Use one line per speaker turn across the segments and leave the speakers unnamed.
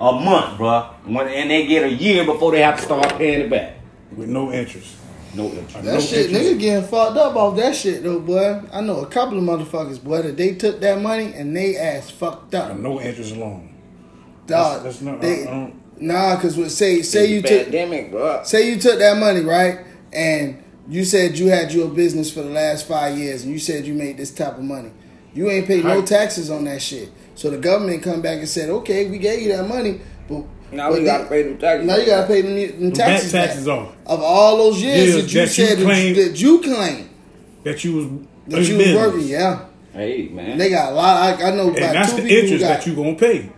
a month, bruh. When, and they get a year before they have to start paying it back.
with no interest.
No interest.
No
That shit,
interest.
nigga getting fucked up off that shit though, boy. I know a couple of motherfuckers, boy, that they took that money and they ass fucked
A
up.
No interest loan.
Dog,
that's not-
they,
I don't-
nah, cause what say say you took
pandemic, bruh.
say you took that money right, and you said you had your business for the last five years, and you said you made this type of money. You ain't paid no
Right.
taxes on that shit. So the government come back and said, okay, we gave you that money, but
Now
but
we gotta
they-
pay them taxes.
Now you gotta pay them, them
back
taxes. back.
taxes on it.
of all those years
Years
that you
that you
said
claimed-
that you claim
That you was
that you was
business.
working. Yeah,
Hey, man.
and they got a lot. I, I know about
and that's
two
the
people who
interest
got,
that you gonna pay.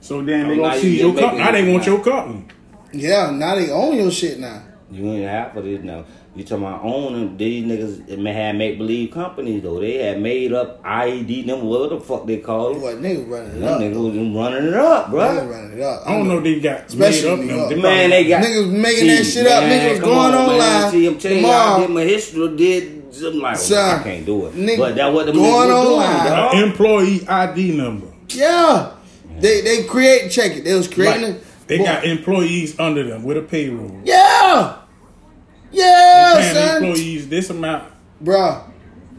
So then they
Now
gonna
you
see
get
your
making
company. Now they
it
want
now.
your company.
Yeah, now they own your shit now.
You ain't half of this now. You talking about owning these niggas it may had make believe companies though. They had made up E IED number what the fuck they call it.
What nigga running it
Them
up?
niggas was running it up,
Nigga
bro.
running it up.
I don't know they got
Especially
made
New
up
York.
them. They
Man, they got
Niggas making that shit up. Niggas was
come
going
on,
online.
Man. See, I'm telling you, I
Tomorrow.
did my history, did something like
Son,
I can't do it.
nigga,
but that what the niggas
going
was
online.
doing,
got
dog.
an employee ID number.
Yeah, they they create check it. They was creating.
Like,
it.
they
Boy,
got employees under them with a payroll.
yeah,
Paying
yeah, son,
employees this amount.
bruh,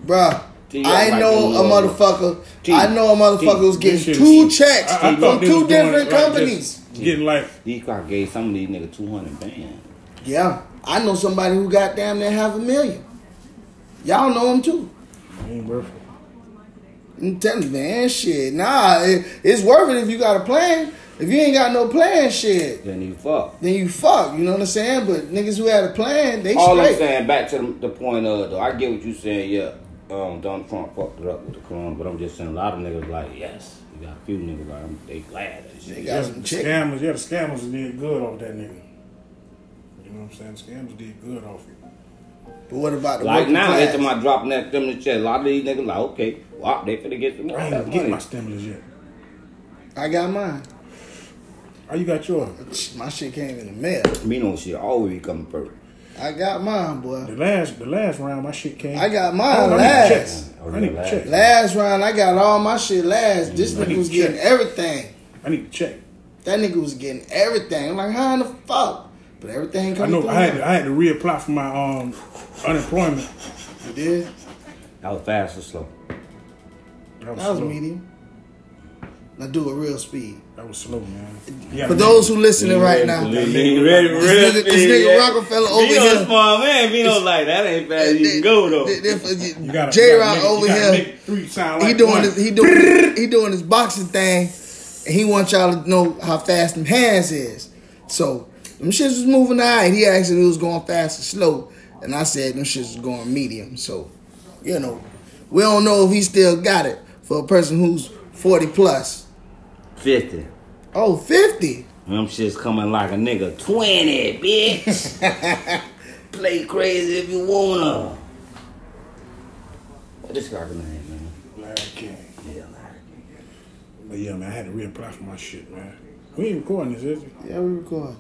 bruh.
T,
I
like
know
the, uh,
a motherfucker.
T,
I know a motherfucker
T,
was
this
getting
shit
two
is-
checks
I- I
from
thought they
two
was doing it like
different
just
companies.
Getting like
These guys gave some of these niggas two hundred bands.
Yeah, I know somebody who got damn near half a million. Y'all know him too.
ain't worth it.
I'm telling you, man, shit. Nah, it, it's worth it if you got a plan. If you ain't got no plan, shit,
Then you fuck.
then you fuck. You know what I'm saying? But niggas who had a plan, they
All I'm
straight.
saying, back to the, the point of though, I get what you saying. Yeah, um, Donald Trump fucked it up with the corona, but I'm just saying a lot of niggas like yes, you got a few niggas like I'm, they glad that
They
shit.
got
Yeah,
some
the
chick.
scammers, yeah, the scammers did good off that nigga. You know what I'm saying? Scammers did good off it.
But what about the
Like
working
now,
class?
they to my dropping that them in the chest. A lot of these niggas like okay, well, they finna get some more
I
of
ain't
that
even get
money.
my stimulus yet.
I got mine.
Oh, you got yours.
Shh, My shit came in the mail.
Me no shit always be coming first.
I got mine, boy.
The last, the last round, my shit came.
I got mine
Oh, I need
last.
checks.
Oh,
I need
yeah,
a check.
Last round, I got all my shit last. This
I
nigga
need
was
to
getting
check.
everything.
I need a check.
That nigga was getting everything. I'm like, how in the fuck? But everything
I
coming
know.
through.
I had,
now.
to, I had to reapply for my um unemployment.
You did?
That was fast or slow.
That was
slow.
medium. Now do a real speed.
That was slow, man. Yeah,
For
man.
those who listening right now,
Ready,
this
ready, ready,
nigga, this nigga Rockefeller over
Vino's
here.
small man. Vino's like that ain't fast. You can go though.
you gotta-
J
you
Rock
gotta make-
over
you gotta
here.
make three sound
He
like
doing
one.
his he doing he doing his boxing thing, and he wants y'all to know how fast them hands is. So them shits was moving all right. He asked if it was going fast or slow, and I said them shits was going medium. So you know, we don't know if he still got it for a person who's forty plus.
Fifty.
Oh, 50.
Them shit's coming like a nigga. 20, bitch. Play crazy if you wanna. What this guy's name, man?
Larry King.
Yeah, like,
But yeah, man, I had to reapply for my shit, man. We ain't recording this, is it?
Yeah, we record.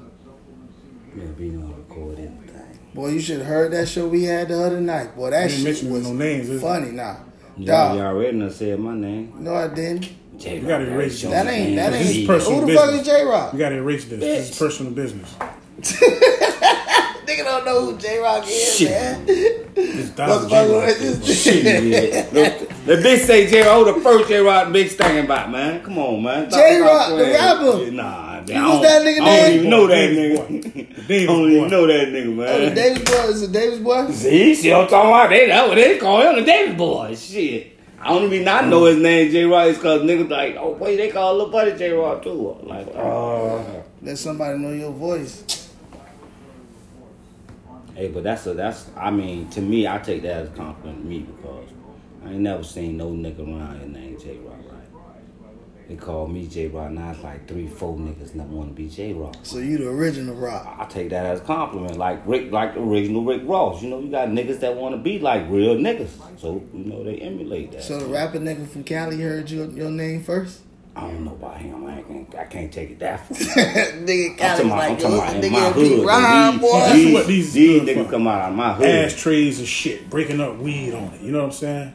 yeah, be on record everything.
Boy, you should have heard that show we had the other night. Boy, that
You ain't
shit
mentioning
was
no names, is it?
funny now.
Mm. Yeah,
Nah.
you already done said my name.
No, I didn't.
You
gotta erase it.
That ain't that
This is
ain't.
personal
Who the fuck
business.
is J Rock?
You gotta erase this. This is
Bitch.
personal business.
Nigga don't know who J Rock is,
Shit.
man.
This
What
dollar
the fuck
J-Rock.
is this?
Shit. The bitch say J Rock, the first J Rock bitch thinking about, man. Come on, man. Talk
J-Rock,
about
the
that.
rapper.
Nah,
You was that nigga
I
name?
don't even know that
Davis
nigga.
Davis
I don't even
boy.
know that nigga,
Oh, the
man.
Davis boy is it Davis boy?
See, see what I'm talking about? They, that's what they call him, the Davis boy. Shit. I only reason I know his name, J Rock, is because niggas like, oh, wait, they call little buddy J Rock too. I'm Like, oh.
Let somebody know your voice.
Hey, but that's a, that's, I mean, to me, I take that as a compliment to me because I ain't never seen no nigga around here named J Rock, right? They call me J Rock, now it's like three, four niggas that want to be J Rock.
So you the original Rock.
I take that as a compliment, like Rick, like the original Rick Ross. You know, you got niggas that want to be like real niggas, so you know they emulate that.
So the rapper nigga from Cali heard your, your name first.
I don't know about him. I can't, I can't take it that far.
nigga
I'm
Cali's
talking about, I'm
like,
talking
yo,
about
this
in my
nigga
hood.
Pete Rhyme,
These,
boy.
these,
That's what these
these
good
niggas
for.
come out of my hood.
ashtrays and shit, breaking up weed on it. You know what I'm saying?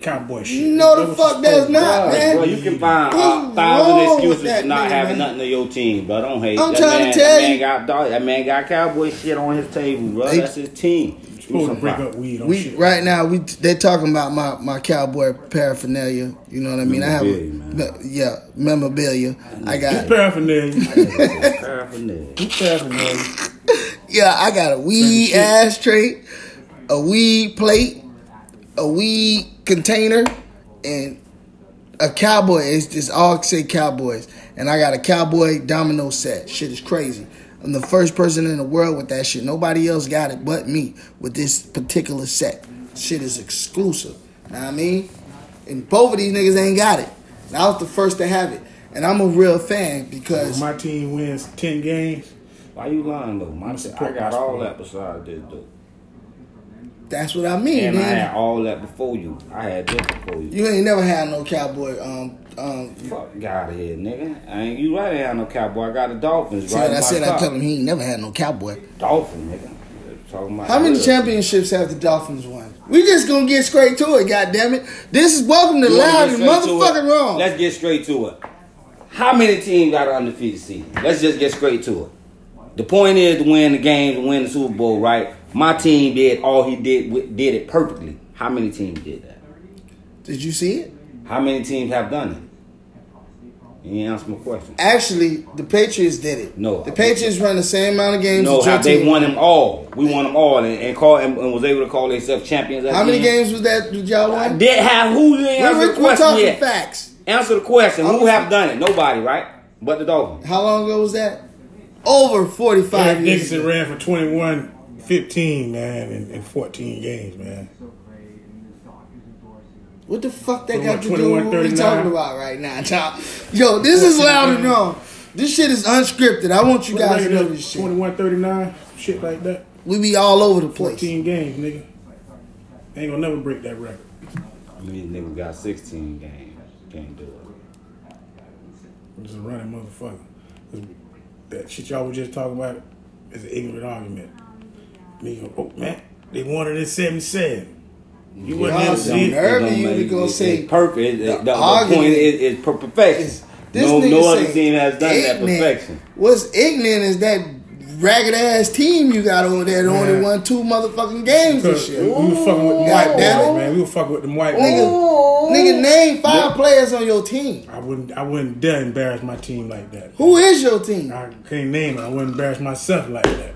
cowboy shit.
No,
That
the
was
fuck,
just
that's
cool.
not, man.
Bro, you can find uh, a
What's
thousand
wrong with
excuses
that
for not
nigga,
having
man?
nothing on your team, bro. Don't hate.
I'm
that
trying to
man,
tell
that man
you.
Got, dog- that man got cowboy shit on his table, bro.
They-
That's his team. Give me
Supposed
some
to break
props.
up weed on
We
shit.
right now we they talking about my my cowboy paraphernalia. You know what I mean? I have a,
Memorabilia, man.
me- yeah memorabilia. I got
Paraphernalia.
Paraphernalia.
Paraphernalia.
yeah I got a weed
Shit.
ashtray, a weed plate, a weed container, and a cowboy. It's just all say cowboys, and I got a cowboy domino set. Shit is crazy. I'm the first person in the world with that shit. Nobody else got it but me with this particular set. Shit is exclusive. Know what I mean? And both of these niggas ain't got it. And I was the first to have it. And I'm a real fan
If
because
Oh my team wins 10 games,
Why you lying though? My, I
support
got
my
all
sport.
that besides this though.
that's what I mean,
And I
man.
had all that before you. I had this before you.
You ain't never had no cowboy um um
Fuck out of here, nigga. I ain't you right? I ain't have no cowboy. I got the Dolphins.
see
right
what
in
I
my
said I
car.
tell him he ain't never had no cowboy.
Dolphin, nigga. Talking about
How many
real-
championships have the Dolphins won? We just gonna get straight to it, God damn it! This is welcome to
You wanna
loud
get
and
straight to
motherfucking
it?
wrong.
Let's get straight to it. How many teams got an undefeated season? Let's just get straight to it. The point is to win the game, to win the Super Bowl, right? My team did all he did with- did it perfectly. How many teams did that?
Did you see it?
How many teams have done it? You ain't answer my question.
Actually, the Patriots did it.
No.
the Patriots run the same amount of games.
No,
as your
how they
team.
won them all. We won them all and, and call and, and was able to call themselves champions. at
How
the
many
end.
games was that? Did y'all
I
win?
did have who? You ain't
We're,
answer
we're,
the question
talking
yet.
facts.
Answer the question.
I'm-
Who have done it? Nobody, right? But the Dolphins.
How long ago was that? Over forty-five
Eric
years.
Dickinson
ago.
ran for 21, 15, man, in, in 14 games, man.
What the fuck that
What,
got to do with what we
21-39?
talking about right now, child? Yo, this is loud and wrong. This shit is unscripted. I want you guys to know this shit.
21 39, shit like that.
We be all over the place.
14 games, nigga. Ain't gonna never break that record.
These niggas got 16 games. Can't do it.
Just a running motherfucker. 'Cause That shit y'all was just talking about is an ignorant argument. Nigga, oh man, they wanted in 77. You wasn't
Yeah,
able to
so
see it.
nerve
It don't
you to
make-
go
it's-
say
it's perfect. It- it- The, the
argument
point is, is per-
This
perfection. No,
nigga
no other
say
team has done that
ignorant.
perfection.
What's ignorant is that ragged ass team you got over there that only
Yeah.
won two motherfucking games this
Because
year.
we we were fucking with the
God
white boys,
damn it.
man. We were fucking with the white boys.
Nigga, nigga, name five players on your team.
I wouldn't I wouldn't dare embarrass my team like that.
Who is your team?
I can't name it. I wouldn't embarrass myself like that.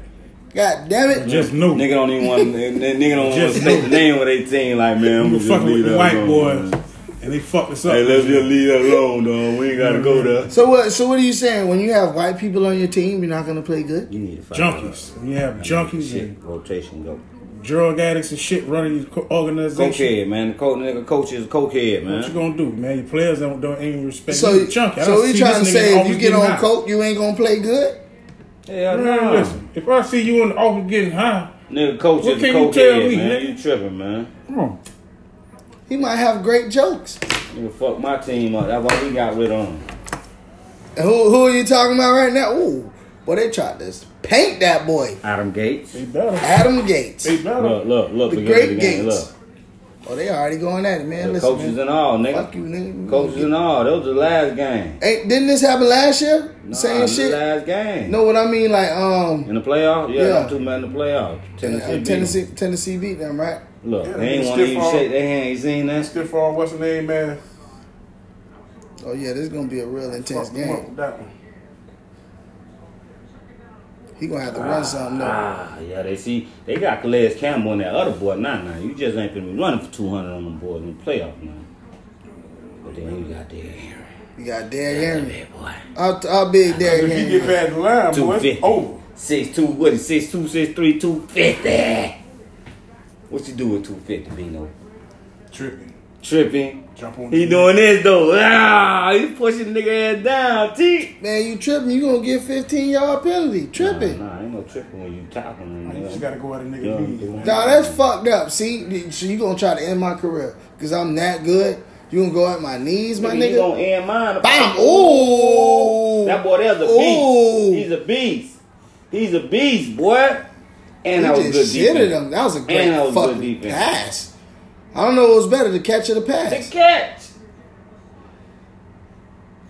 God damn it.
Just know.
Nigga don't even want. nigga don't want to
Just
state
know.
the name of their team. Like man, I'm gonna
we were
just
fucking
leave
with the
that
white
alone.
boys. And they fucked us up.
Hey, let's just leave that alone, dog. We ain't gotta go
Mm-hmm.
there.
So what? So what are you saying? When you have white people on your team, you're not gonna play good.
You need to find
junkies. When you have junkies and
Shit, rotation go.
drug addicts and shit running these co- organizations.
Cokehead, man. The coach, nigga, coach is a cokehead, man.
What you gonna do, man? Your players don't don't even respect
So,
you. Junkie. I
so
don't
you
see
trying to
this nigga
say if
always
you get
getting
on
high.
coke, you ain't gonna play good?
Hell
Man,
no.
listen, if I see you in the office getting high,
Nigga, coach
What
is a
can you tell
cokehead,
me,
man.
nigga?
You tripping, man.
come on.
He might have great jokes.
Nigga, fuck my team up. That's why we got rid of him.
And who who are you talking about right now? Ooh, boy, they tried to paint that boy,
Adam Gates.
They better.
Adam Gates.
They better.
Look, look, look.
The
forget
great
it again.
Gates.
Look.
Oh, they already going at it, man.
The
Listen,
coaches
man.
and all, nigga.
Fuck you, nigga.
Coaches and all. That was the last game.
Ain't, didn't this happen last year?
Nah,
Same
the
shit.
Last game.
Know what I mean? Like um,
In the playoff? Yeah,
Yeah.
yeah. two men in the playoff. Tennessee.
Tennessee
beat
Tennessee, beat them, right?
them. Look,
Yeah,
they ain't want
they
to
stiff
even
arm.
shake their hand. You seen that?
Stiff arm, what's the name, man?
Oh yeah, this is gonna be a real intense
Fuck them up
game.
with that one.
He gonna have to run something though.
Ah, yeah, they see. They got Calais Campbell and that other boy. Nah, nah. You just ain't been running for 200 on them boys in the playoff, man. But then you got Derrick Henry.
You got Derrick Henry.
Bad boy.
How, how big Derrick
If you
Henry?
get past the line, boy, it's
250.
over.
6'2, what is 6'2, 6'3, 250. What you do with 250, Bino?
Tripping.
Tripping.
Jump on
He
the-
doing this though. Ah, he pushing nigga ass down, T.
Man, you tripping? You gonna get 15 yard penalty? Tripping? Oh,
Nah, nah, ain't no tripping when you tackling.
You just
nigga.
gotta go out and nigga
Yeah.
knees, man.
Nah, that's fucked up. See, so you gonna try to end my career because I'm that good? You gonna go at my knees, my
You
nigga?
gonna end mine.
Bam! Ooh,
That boy there's a
Ooh.
beast. He's a beast. He's a beast, boy. And
He
that was
just
good
shitted
defense.
him. That was a great
that was good
fucking
defense.
pass. I don't know what was better, the catch or the pass.
The catch.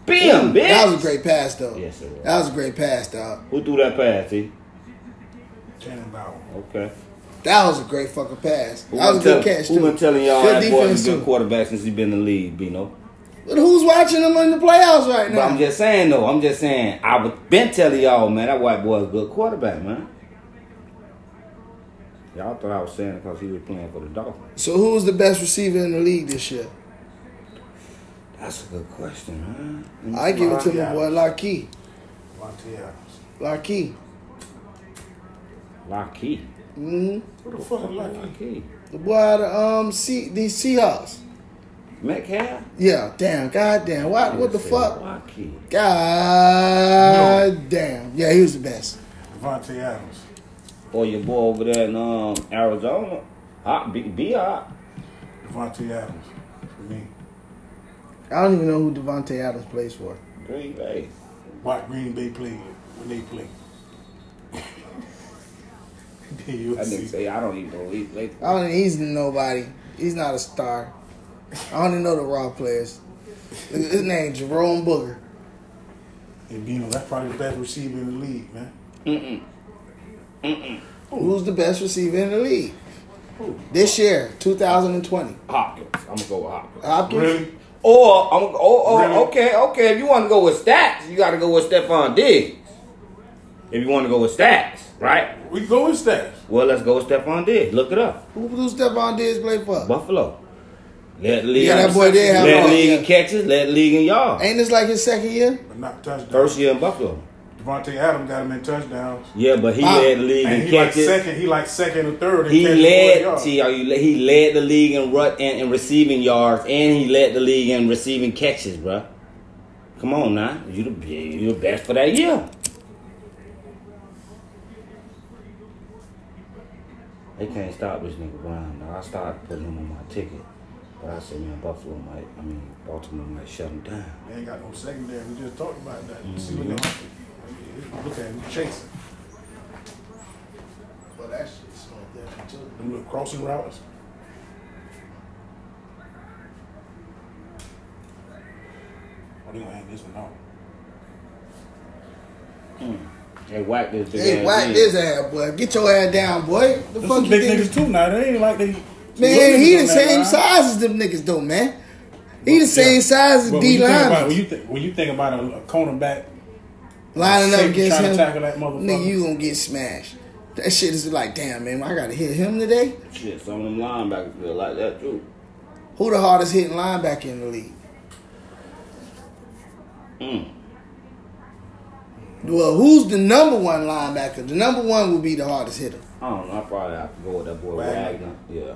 Bam, bitch.
That was a great pass, though.
Yes, it was.
That was a great pass, dog.
Who threw that pass, T?
Tannenbauer.
Okay.
That was a great fucking pass.
Who
that was a
been
good
tell-
catch,
Who been
too.
telling y'all that
Good
boy
defense,
was a good
too.
quarterback since he been in the league, Bino?
But who's watching them in the playoffs right
But I'm
now?
just saying, though. I'm just saying. I was been telling y'all, man, that white boy is a good quarterback, man. Y'all thought I was saying it because he was playing for the Dolphins.
So who's the best receiver in the league this year?
That's a good question, man. Let me
I
see
give
what
it to my
got.
boy Lockheed.
Monte Adams.
Lockheed.
Lockheed.
hmm
Who the fuck is Lucky?
Lockheed.
The boy out of um, C- the Seahawks.
Metcalf.
Yeah, damn. God damn. What, what the
Say
fuck?
Lockheed.
God damn. Yeah, he was the best.
Devontae Adams.
Or your boy over there in um, Arizona. Hot B B hot.
Devontae Adams. For me.
I don't even know who Devontae Adams plays for.
Green Bay.
What Green Bay played when they play. Then you'll
That nigga
see.
say I don't even know. He play.
I don't. He's nobody. He's not a star. I only know the raw players. His name Jerome Booger.
And Bino, that's probably the best receiver in the league, man.
Who's the best receiver in the league
Who?
this year, 2020?
Hopkins. I'm gonna go with Hopkins.
Hopkins.
Really?
Or I'm oh, oh
Really?
okay okay. If you want to go with stats, you got to go with Stephon Diggs. If you want to go with stats, right?
We can go with stats.
Well, let's go with Stephon Diggs. Look it up.
Who who Stephon Diggs play for?
Buffalo. Let league.
Yeah, that boy did have
Let
all-
league
yeah.
in catches. Let league in yards.
Ain't this like his second year?
But not touchdowns.
First year in Buffalo.
Devontae Adams got him in touchdowns.
Yeah, but he
Wow.
led the league
And
in
he like
catches.
second, he like second or third. in
He
catches for
led.
yards.
See, are you? He led the league in rut and in receiving yards, and he led the league in receiving catches, bruh. Come on now, you the you the best for that year. They can't stop this nigga Brown. Now I started putting him on my ticket, but I said, man, Buffalo might. I mean, Baltimore might shut him down.
They ain't got no secondary. We just talked about that.
Mm-hmm.
See what they look at him chasing.
But that shit's on there too.
Them little crossing routes. Oh, they gonna hang this one out.
They whacked this. big
Hey,
ass
whack
nigga.
this ass, boy. Get your ass down, boy. The
Them
fuck
some
you
big
think?
niggas too now. They ain't like they.
Man, he
on
the
that
same
line.
size as them niggas though, man. He the same
Yeah.
size as
But when
D
you think about- When
line.
you think when you think about a, a cornerback
Lining up
Safety
against
trying
him,
to tackle that motherfucker.
nigga, you gonna get smashed. That shit is like, damn, man, I gotta hit him today.
Shit, some of them linebackers feel like that too.
Who the hardest hitting linebacker in the league?
Mm.
Well, who's the number one linebacker? The number one will be the hardest hitter.
I don't know. I probably have to go with that boy
Wagner.
Wagner. Yeah.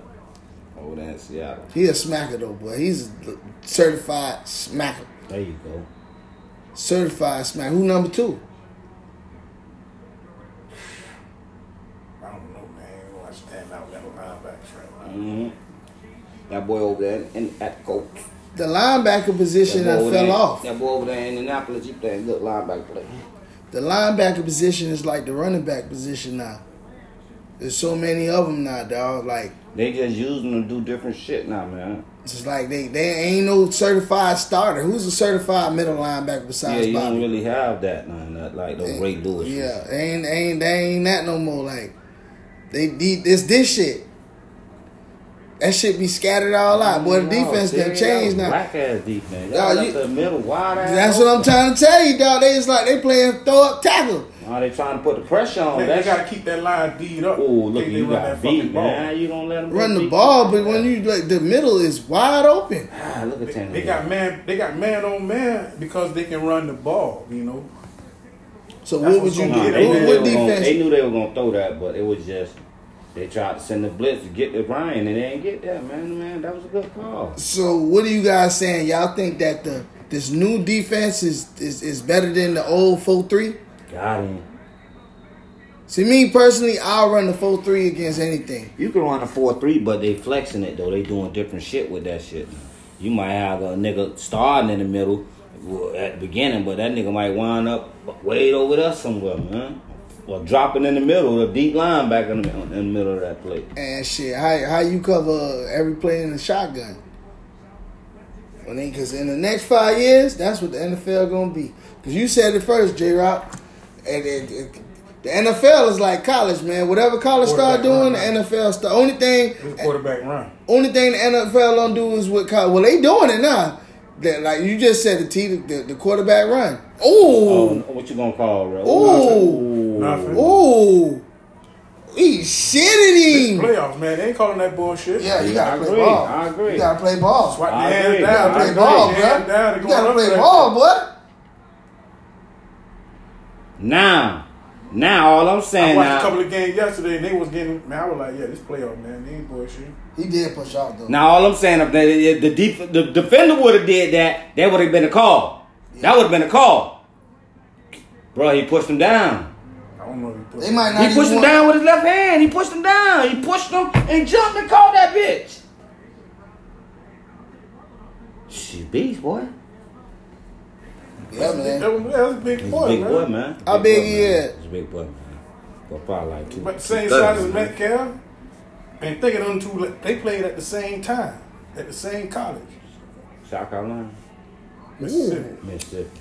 Over there in Seattle.
He a smacker though, boy. He's a certified smacker.
There you go.
Certified smacker. Who number two?
I don't know, man. Watch stand out that linebackers right now.
hmm That boy over there in, in at coach.
The linebacker position
that
that
boy over
fell
there-
off.
That boy over there in Indianapolis, he playing good linebacker play.
The linebacker position is like the running back position now. There's so many of them now, dog. Like
They just using them to do different shit now, man.
it's just like they they ain't no certified starter. Who's a certified middle linebacker
Yeah,
besides
you
Bobby?
don't really have that none that like those Ray Lewis.
Yeah, they ain't they ain't they ain't that no more. Like they need this this shit. That shit be scattered all out. Boy, the defense done changed now.
Black ass defense.
Nah,
Y'all left
you-
the middle wide ass.
That's what I'm trying to tell you, dog. They just like they playing throw up tackle.
Now they trying to put the pressure on.
They,
That's
got to keep that line D'd up.
Oh, look,
They- they
you
run
got
that fucking
beat,
ball.
man. You don't let them
Run the ball, but when you like the middle is wide open.
ah, look at
They,
Tannehill.
they got man. They got man on man because they can run the ball. You know,
So
That's
what would
what's
you do?
going on.
Nah,
What,
they, knew they,
what
were gonna, they
defense?
knew they were gonna throw that, but it was just they tried to send the blitz to get to Brian, and they didn't get that. Man, man, that was a good call.
So what are you guys saying? Y'all think that the this new defense is is, is better than the old four three?
Got him.
See me personally, I'll run the four three against anything.
You can run a four three, but they flexing it though. They doing different shit with that shit. You might have a nigga starting in the middle well, at the beginning, but that nigga might wind up way over there somewhere, man. or dropping in the middle, a deep line back in the, in the middle of that play.
And shit, how how you cover every play in the shotgun? Well, then, because in the next five years, that's what the NFL gonna be. Because you said it first, J. Rock, and it, it- the NFL is like college, man. Whatever college start doing,
Quarterback
the
run,
NFL start. Only thing,
This quarterback run.
only thing the NFL don't do is what college. Well, they doing it now. That like you just said, the T, the, the quarterback run.
Oh,
Oh,
what you gonna call, bro?
Ooh.
Nothing.
oh, he shitted him.
Playoffs, man. They ain't calling that bullshit.
Yeah, you
I
gotta play
agree,
ball.
I agree.
You gotta play ball.
Swat
I
your hands
agree,
down.
I
You gotta
Swat
play
agree.
ball,
your
bro.
hands down. They
You
going
gotta
up
play
there.
ball, boy.
Now, now all I'm
I
saying
watched a
uh,
now,
couple of games yesterday, and they was getting. Man, I was like, yeah, this playoff, man. They ain't bullshit.
He did push out though.
now all I'm saying if the the, def, the defender would have did that, that would have been a call. That would have been a call, bro. He pushed him down.
I don't know if he put.
They might not.
He pushed
even
him
want-
down with his left hand. He pushed him down. He pushed him and jumped and called that bitch. She beast boy.
Yeah, man.
That was, that was a big
He's
boy,
a big
man.
boy, man.
How
Big
big
boy,
he
man.
is?
He's a big boy, man. But probably like two.
But same
two
size
thirty,
as
man.
Metcalf. And thinking them two, like, they played at the same time, at the same college,
South Carolina,
Mississippi.
Mississippi.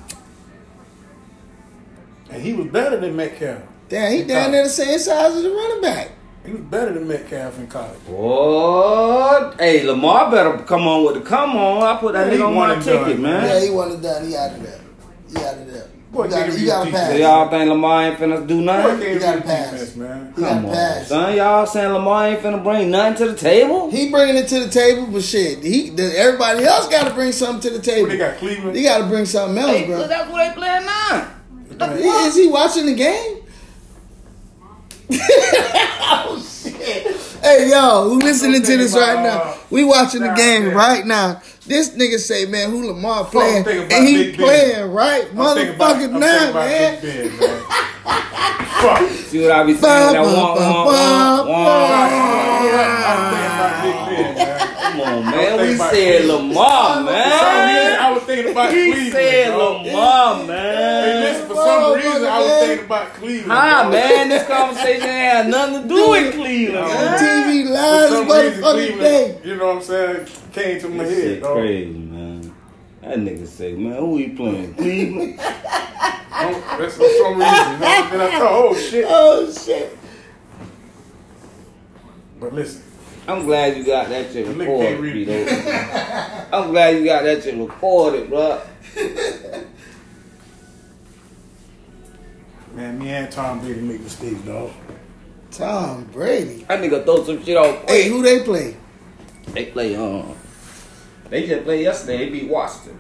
And he was better than Metcalf.
Damn, he down there the same size as the running back.
He was better than Metcalf in college.
What? Hey, Lamar better come on with the come on. I put that
Yeah, he
nigga on
won
my
and
ticket,
done.
man.
Yeah, he wasn't done. He out of there. He out of there.
Boy,
you gotta,
nigga,
you gotta
you
So
pass.
y'all think Lamar ain't finna do
Boy,
nothing?
they
gotta
really
pass.
defense, man.
You gotta
Come on,
pass.
son. Y'all saying Lamar ain't finna bring nothing to the table?
He bringing it to the table, but shit, he the, everybody else got to bring something to the table.
What they got Cleveland.
They got to bring something else,
Hey, so
bro.
that's what they playing now.
Is- Is he watching the game? Oh, Hey y'all, who listening to this right now? We watching the game right now. This nigga say, man, who Lamar playing?
thinking about
And he
Big Ben.
playing right,
I'm thinking about-
motherfucking
I'm
now,
thinking about
man.
Big Ben, man. Fuck.
See what I be saying?
Ba,
that
ba,
wah, wah, wah,
ba,
wah.
You're right. I'm thinking about Big Ben, man.
Come on, man.
think
We
about
said
it.
Lamar,
For some reason, I
man.
was thinking about
He
Cleveland.
said
dog.
Lamar,
Hey, listen,
man.
for some reason, I
Motherfucker,
was
man.
thinking about Cleveland.
Hi,
dog.
man. This conversation had nothing to do with Cleveland.
Yeah.
man.
TV
For
live
some
this
reason,
motherfucking day.
Cleveland, you know what I'm saying, came to my
That
head,
shit
dog.
crazy, man. That nigga say, man, who he playing? Cleveland?
Don't- That's for some reason. You know? Then I thought, oh, shit.
Oh shit!
But listen,
I'm glad you got that shit
The nigga
recorded,
can't read.
Pete Olsen. I'm glad you got that shit recorded, bro.
man, me and Tom Brady make mistakes, dog.
Tom Brady.
That nigga throw some shit off.
Hey, who they play?
They play, um, they just played yesterday. They beat Washington.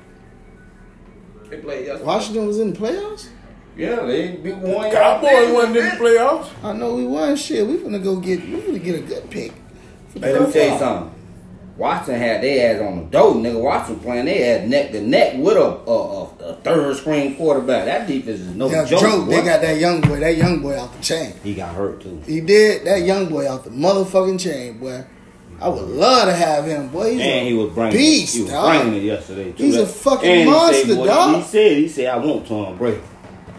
They played yesterday.
Washington was in the playoffs.
Yeah, they beat one.
Cowboys wasn't in the playoffs.
I know we won. Shit, we finna go get. We finna get a good pick. for the
Hey, let me tell you
playoffs.
something. Washington had their ass on the dough, nigga. Washington playing their ass neck to neck with a, a, a, a third string quarterback. That defense is no
Yeah,
joke.
Joe,
boy.
they got that young boy. That young boy off the chain.
he got hurt too.
He did that young boy off the motherfucking chain, boy. I would love to have him, boy. He's
And
a
he was bringing
beast,
He was
dog.
bringing it yesterday. Too.
He's a
That-
fucking
and he
monster,
said, boy,
dog.
He said, he said, I want Tom Brady.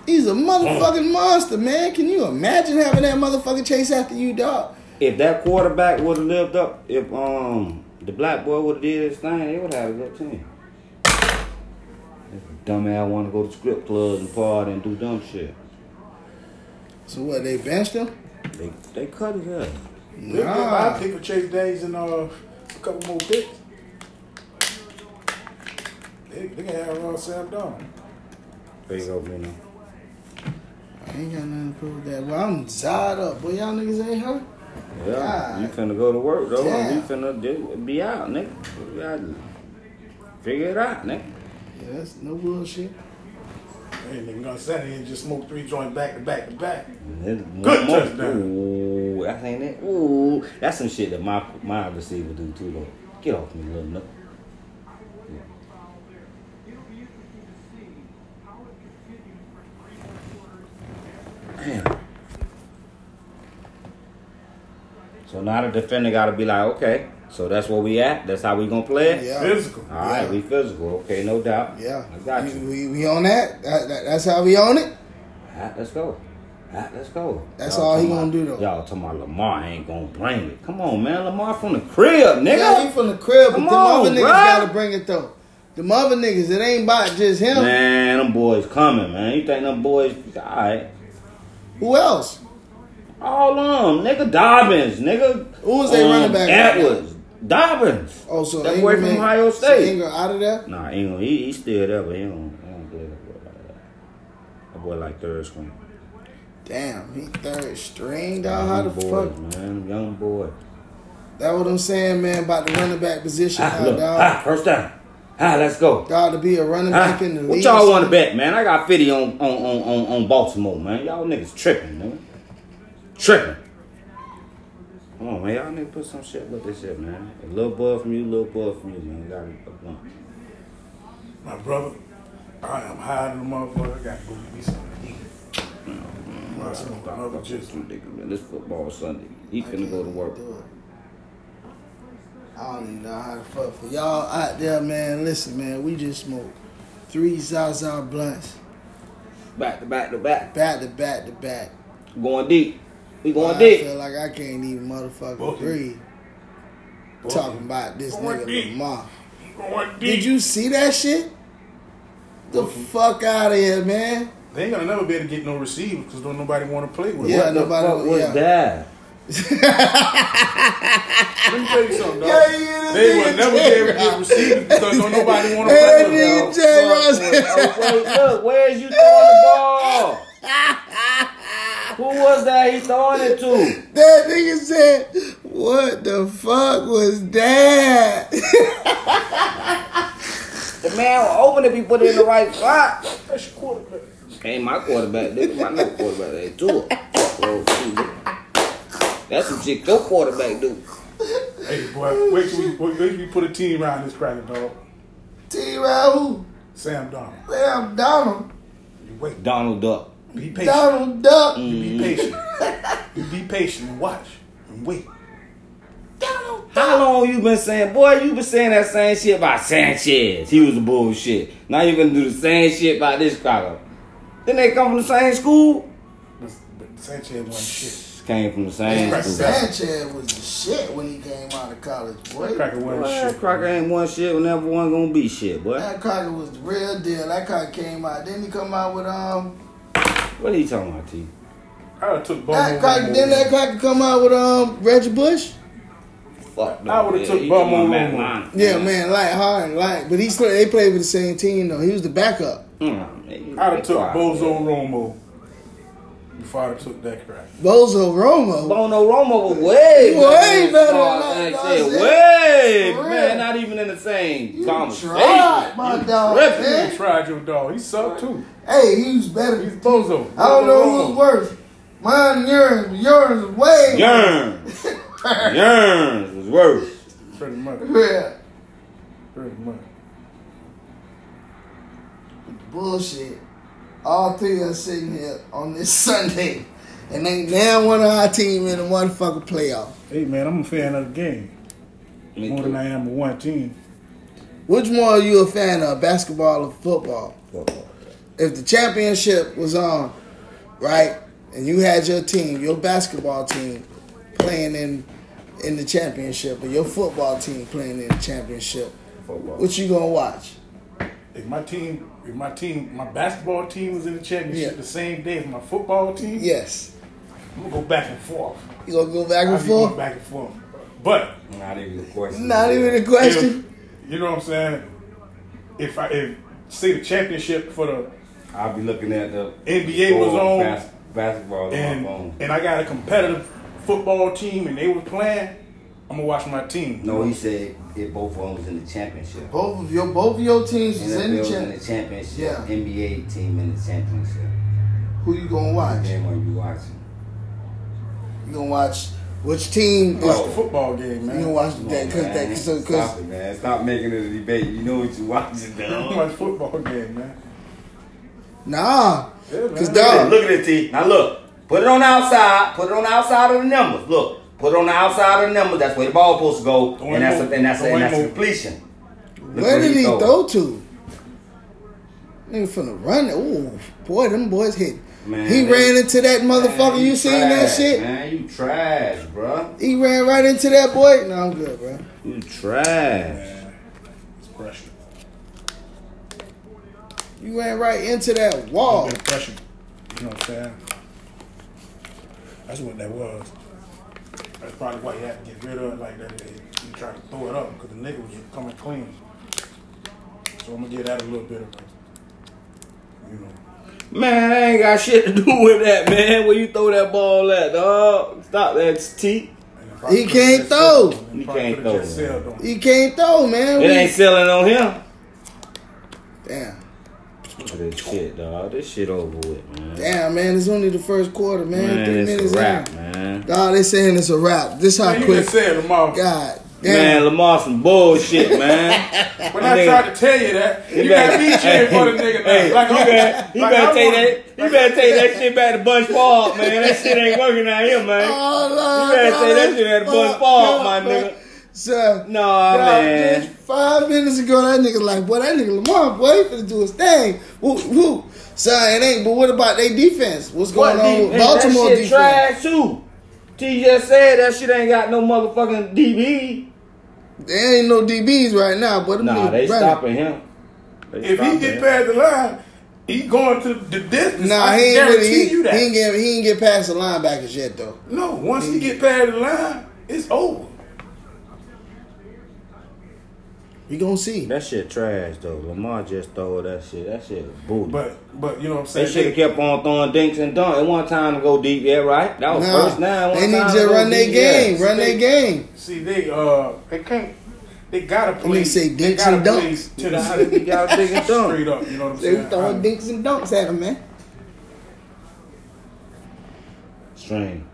He's a motherfucking monster, man. Can you imagine having that motherfucking chase after you, dog?
If that quarterback would have lived up, if um the black boy would have did his thing, they would have had a good team. Dumb ass want to go to script clubs and party and do dumb shit.
So what? They benched him?
They they cut his ass.
I pick up Chase Days and uh, a couple more picks. They, they can have uh, Sam Donald.
There you go, Bruno.
I ain't got nothing to prove with that. Well, I'm zied up, boy. Y'all niggas ain't hurt.
Yeah,
God.
you finna go to work though, and
Damn.
we finna do, be out, nigga. We gotta figure it out, nigga.
Yeah, that's no bullshit.
Hey, nigga, on Saturday and just smoke three joints back to back to back.
Good
Good touchdown.
Ooh, that ain't it. Ooh, that's some shit that my my receiver do too though. Get off me, little nigga. Damn. So now the defender got to be like, okay, so that's where we at. That's how we gonna play. it?
Yeah.
Physical.
All right, we physical. Okay, no doubt.
Yeah,
I got you.
We, we, we on that. That- that- That's how we on it.
All right, Ah, let's go. Alright, let's go.
That's
Y'all
all he
talking
gonna do,
about-
though.
Y'all talking about Lamar ain't gonna bring it. Come on, man. Lamar from the crib, nigga.
Yeah, he from the crib, but
Come
them other
on,
niggas
bruh.
gotta bring it though. Them other niggas, it ain't about just him.
Man, them boys coming, man. You think them boys? All right,
Who else?
all of them, nigga. Dobbins, nigga. Um,
Who was they running back?
Edwards, Dobbins.
Oh, so
that
Ingram
boy from
ain't-
Ohio
so
State.
Ingram out of there.
nah, Ingram, he, he still there, but he don't, he don't play that boy like that. That boy like third string.
Damn, he third string. Dog, how the
Young
fuck?
boys, man? Young boy.
That what I'm saying, man, about the running back position.
Ah,
How,
look,
dog,
ah, first down. Ah, let's go.
dog to be a running
Ah,
back in the league.
what y'all want to bet, man? I got 50 on on, on, on on Baltimore, man. Y'all niggas tripping, man. Tripping. Come on, man. Y'all niggas put some shit with this shit, man. A little bud from you, little bud from you, man. Got a blunt.
My brother, I am high than a motherfucker. I got to go get me something to eat. My son, my mother just,
Some nigga, man. This football Sunday. He finna go to work.
Do it. I don't even know how to fuck for y'all out there, man. Listen, man, we just smoked three Zaza blunts
Back to back to back.
back to back to back.
Going deep. We going
I
deep.
feel like I can't even motherfucking
Both of you.
breathe.
Both of
Talking
you.
about this
Going
nigga
deep.
Lamar.
going deep.
Did you see that shit? The fuck out of here, man.
They ain't gonna never be able to get no receiver because don't nobody want to play with.
Yeah,
What
them.
the
nobody-
fuck was
yeah.
that?
Let me tell you something, dog.
Yeah, yeah,
they
yeah,
will never be able to
yeah.
get receivers because don't nobody want to
Hey,
play with. them.
Jay Ross.
Oh, wait, look, where's you throwing the ball? Who was that he throwing it to?
That nigga said, "What the fuck was that?"
The man will open if he put it in the right spot.
That's your quarterback.
Ain't my quarterback. This my new quarterback. They do it. Bro, shoot. That's some shit your quarterback do.
Hey, boy, wait till, we, wait till we put a team around this cracker, dog.
T. Raul,
Sam Donald.
Sam Donald,
You wait.
Donald Duck.
Be patient.
Donald Duck,
You be patient. you be patient and watch and wait.
Donald.
How long you been saying, boy, you been saying that same shit about Sanchez. He was a bullshit. Now you gonna do the same shit about this cracker. Then they come from the same school.
But, but Sanchez wasn't shit.
Came from the same
Right.
school.
Sanchez was the shit when he came out of college, boy.
Cracker wasn't
Well,
shit.
Crocker ain't one shit, and never one gonna be shit, boy.
That Crocker was the real deal. That Crocker came out. Didn't he come out with um?
What are you talking about, T?
I would've took Bum
That
over.
Crocker,
Moore.
didn't that Crocker come out with um Reggie Bush?
Fuck no.
I would've took
you
Bum
talking about
over
Matt
him.
Lyon.
Yeah, man, like hard, like, but he still they played with the same team though. He was the backup.
Mm, man, you-
I would have
you
took
quiet,
Bozo
man.
Romo before I would've took that crack.
Bozo Romo.
Bono Romo was way,
He way
than
better than
Charles
that,
Sanchez.
dog. Shit.
Way,
For
man,
real.
not even in the same
You
conversation.
tried, my
You
dog,
tripping.
man.
You tried your dog. He sucked too.
Hey, he was better.
He's Bozo.
I don't know
Bozo
who's worse. Mine and yours, but yours is way
Yearns, yearns was worse.
Romo. Pretty much.
Yeah.
Pretty much.
Bullshit. All three of us sitting here on this Sunday. And ain't now one of our team in the motherfucking playoff.
Hey man, I'm a fan of the game
Me
more
too.
than I am of one team.
Which more are you a fan of, basketball or football? If the championship was on, right, and you had your team, your basketball team, playing in in the championship, or your football team playing in the championship,
Football.
what you gonna watch?
If my team, if my team, my basketball team was in the championship
Yeah.
the same day as my football team,
Yes.
I'm gonna go back and forth.
You gonna go back
I'll
and
be going
forth?
back and forth. But
Not even the question.
Not even a question.
if- you know what I'm saying? If I if say the championship for the
I'll be looking at the
NBA was
Oh,
on.
bas- basketball on
and
Oh, my phone.
and I got a competitive football team and they were playing, I'm gonna watch my team.
No, he said if both of them was in the championship.
Both of your both of your teams is
NFL
in the
was in the
championship.
championship.
Yeah.
NBA team in the championship.
Who you gonna watch?
Game are you watching?
You gonna watch which team? Is,
Watch the football game,
You gonna
man.
watch
Come
that?
on,
Cause
man.
that cause, so-
Oh. Stop
cause
it, man. Stop making it a debate. You know what you watching, Oh,
Watch
dog.
the football game, man.
nah,
Yeah, man.
cause
Hey,
dog.
look at it, T. Now look. Put it on the outside. Put it on the outside of the numbers. Look. Put it on the outside of the numbers. That's where the ball supposed to go.
Don't
and that's a,
move.
and that's a,
Don't
and that's a
move.
completion. Look
Where did he
throwing.
throw to? Nigga finna run it. Ooh, boy, them boys hit
Man,
He
they-
ran into that motherfucker.
Man,
you seen that
trash,
shit?
Man, you trash, bruh.
He ran right into that boy. No, I'm good, bro.
You trash.
Man, it's pressure.
You ran right into that wall.
It's been pressure. You know what I'm saying? That's what that was. That's probably why you had to get rid of it like that. They- You tried to throw it up because the nigga was coming clean. So I'm gonna give that a little bit of, a, you know.
Man, that ain't got shit to do with that, man. Where you throw that ball at, dog? Stop that, T.
And it probably
He
could've
can't
just said-
throw.
and
He
probably
can't
could've just
throw,
said, don't-
He can't throw, man.
It
We-
ain't selling on him.
Damn.
This shit, dog. This shit over with, man.
Damn, man. It's only the first quarter, man.
Man,
Three
it's
minutes
a wrap,
in.
man.
Dawg, they saying it's a wrap. This how
Man, you
quick.
just said tomorrow.
God
Man,
damn.
Lamar some bullshit, man.
When I
Nigga.
tried to tell you that, you got me cheering for the nigga.
Hey,
now. Like,
you
I'm-
better, you
like,
better
I'm
take
one-
that. You better take that shit back to Bunch Park, man. That shit ain't working out here, man.
Oh, Lord,
You better
dawg,
say that
they
shit had a bunch
fucked
of balls,
up,
my
man.
nigga.
Sir.
Nah,
dawg,
man.
just Five minutes ago, that nigga like, boy, that nigga Lamar, boy, he finna do his thing. Woo, woo. Son, it ain't, but what about their defense? What's going on
Hey,
with Baltimore
that shit
defense?
trash too. T just said that shit ain't got no motherfucking DB.
There ain't no DBs right now, but them
Nah,
niggas
they
running.
stopping him. They
If he
stopping
get
him.
past the line, he going to the distance.
Nah,
I can
he ain't really.
guarantee
He,
you that.
he ain't get. He ain't get past the linebackers yet, though.
no, once he get past the line, it's over.
We gonna see.
that shit trash though. Lamar just throw that shit. That shit was booty.
But but you know what I'm
they
saying?
should have kept on throwing dinks and dunks. It one time to go deep, yeah, right? That was
Nah,
first down. One
they need
time
to
go
run their
deep, yeah.
game. Run their
They-
game.
See, they uh they can't. They gotta play.
say
they
dinks
gotta
and
play
dunks.
to
You
the
gotta- you gotta dig and dunk.
straight up. You know what I'm
They
saying?
throwing
I-
dinks and dunks at him, man.
Strain.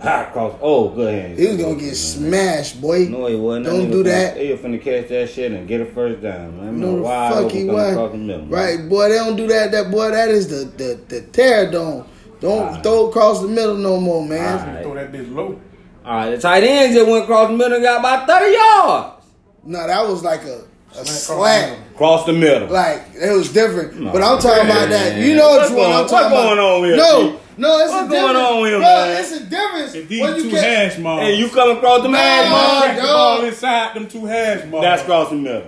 Hot cross. Oh, good hand.
He was gonna get smashed, boy.
No, he wasn't.
Don't
nigga
do
finna-
that.
He was finna catch that shit and get a first down, man.
No, the
wide
fuck
open
he
coming
was.
across the middle, man.
Right, boy. They don't do that. That boy. That is the the the tear dome. Don't
Alright.
throw across the middle no more, man.
Alright.
Throw that bitch low.
All right, the tight end just went across the middle and got about 30 yards.
No, that was like a a
Smack across
slap.
the middle.
Across the middle.
Like it was different,
No,
but I'm talking about that. You know
what's
which one I'm
going- what's
talking about.
going on here,
No,
Pete?
no, it's a
What's
difference.
going on here,
no,
man?
it's a
If
difference. when
these
you
two
catch-
hash marks,
and you come across the man,
Man,
mark,
Smack the ball
dog.
inside them two hash marks.
That's across the middle.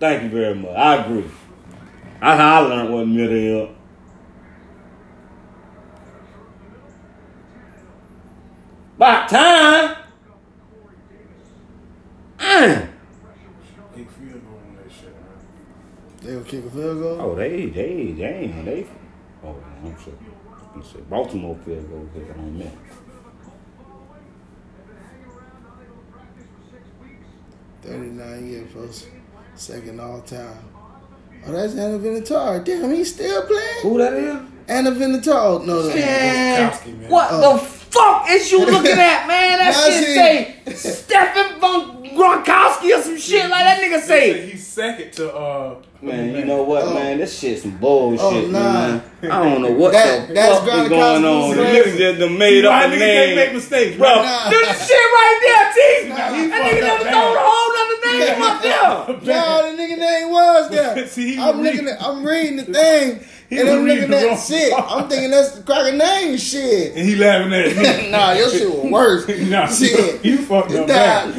Thank you very much. I agree. That's how I learned what middle is. About time. Mm.
Big field goal on that shit, man.
They will kick a field goal.
Oh, they, they, damn, they. Oh, I'm sorry. I'm sorry. Baltimore field goal kicker on me.
Thirty-nine years post, second all time. Oh, that's Anna Vinatieri. Damn, he's still playing.
Who that is?
Anna Vinatieri. Oh, No, no.
Man,
Gronkowski, man.
what
Oh.
the fuck is you looking at, man? That
Now I
shit say Stephen von Gronkowski or some shit like that nigga
They
say.
say he's second to uh.
Man, you know what,
Oh.
man? This shit's some bullshit,
Oh, nah.
man. I don't know what
That-
the
that's
fuck is going
Gronkowski's
on. The
name.
niggas just done made up a
niggas can't make
name.
mistakes,
Bro,
bro.
Nah.
do this shit right there, T.
Nah, he
that
fucked
nigga
up
never
bad.
thrown a whole nother name up there.
No, the nigga name was that.
See, he
I'm
was
looking
reading.
at, I'm reading the thing,
He
and
was
I'm
reading
looking
the
at
wrong
shit.
part.
I'm thinking that's the cracker name shit.
And he laughing at me.
nah, your shit was worse.
nah,
shit.
you fucked up.
Nah,
bad.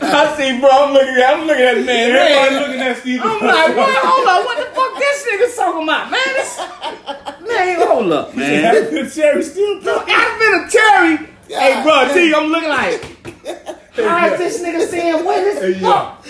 nah.
I see, bro. I'm looking at, I'm looking at the man.
Everybody looking at Steve.
I'm like, what? Hold up. What the fuck this nigga's talking about, man? This, man, hold up, man.
The cherry still
No,
playing.
I've been a Terry. Hey,
Yeah.
bro, T, I'm looking like, how is this nigga saying what is
Hey, yeah.
fuck?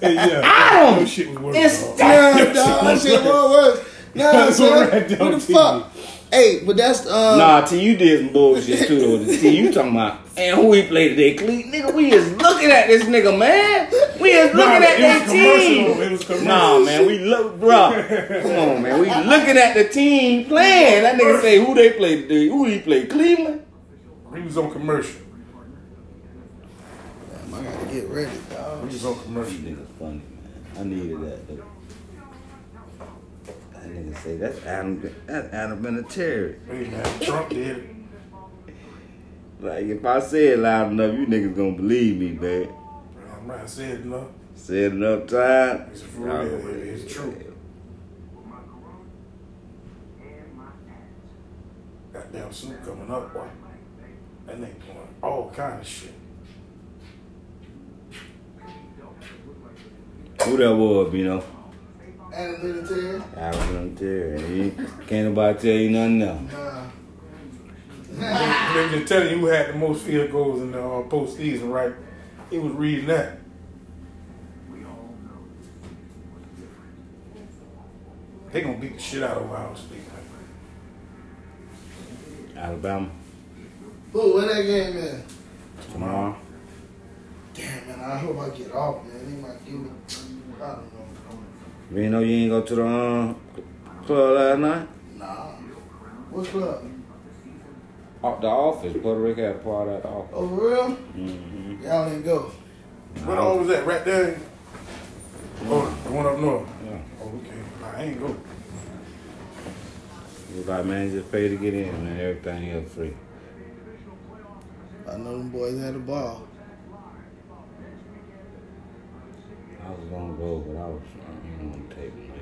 Hey, yeah.
Adam!
That shit was worse.
It's-
dog.
Nah, dog, that shit was worse. Nah,
That's
son.
what I
What
don't
the
see.
fuck? Hey, but that's um.
Nah, T, you did some bullshit too, though. T, you talking about, and who he played today, Cleet? Nigga, we is looking at this nigga, man. We is looking
Nah,
at
it
that
was commercial.
team.
It was commercial.
Nah, man, we look, bruh. Come on, man, we looking at the team playing. That nigga say who they played today. Who he played, Cleveland?
He was on commercial.
Damn, I gotta get ready, dog.
He was on commercial.
These niggas funny, man. I needed that. Though. That nigga say that's Adam. That's Adam been a terrorist.
Hey, man. Trump did it.
Like if I say it loud enough, you niggas gonna believe me, man.
I'm not saying enough.
Say it enough time.
It's for real. It's true. Goddamn suit coming up, boy. That nigga doing all kind of shit.
Who that was, you know?
Adam Vinatieri.
I was on there. Can't nobody tell you nothing now.
Nah.
They just telling you who had the most field goals in the uh, postseason, right? He was reading that. They gonna beat the shit out of Ohio State.
Alabama
Who? Where that game at?
tomorrow.
Damn, man, I hope I get off, man. They might give me. I don't know.
You know you ain't go to the um, club last night.
Nah. What club?
Oh, the office. Puerto Rico had a part of the office.
Oh, for real?
Mm-hmm.
Y'all didn't go.
What all was that right there? Oh, the one up north.
Yeah.
Oh, okay. Nah, I ain't go.
It was like man, just pay to get in, and everything else free.
I know them boys had a ball.
uh, I was gonna go, but I was I didn't want to take no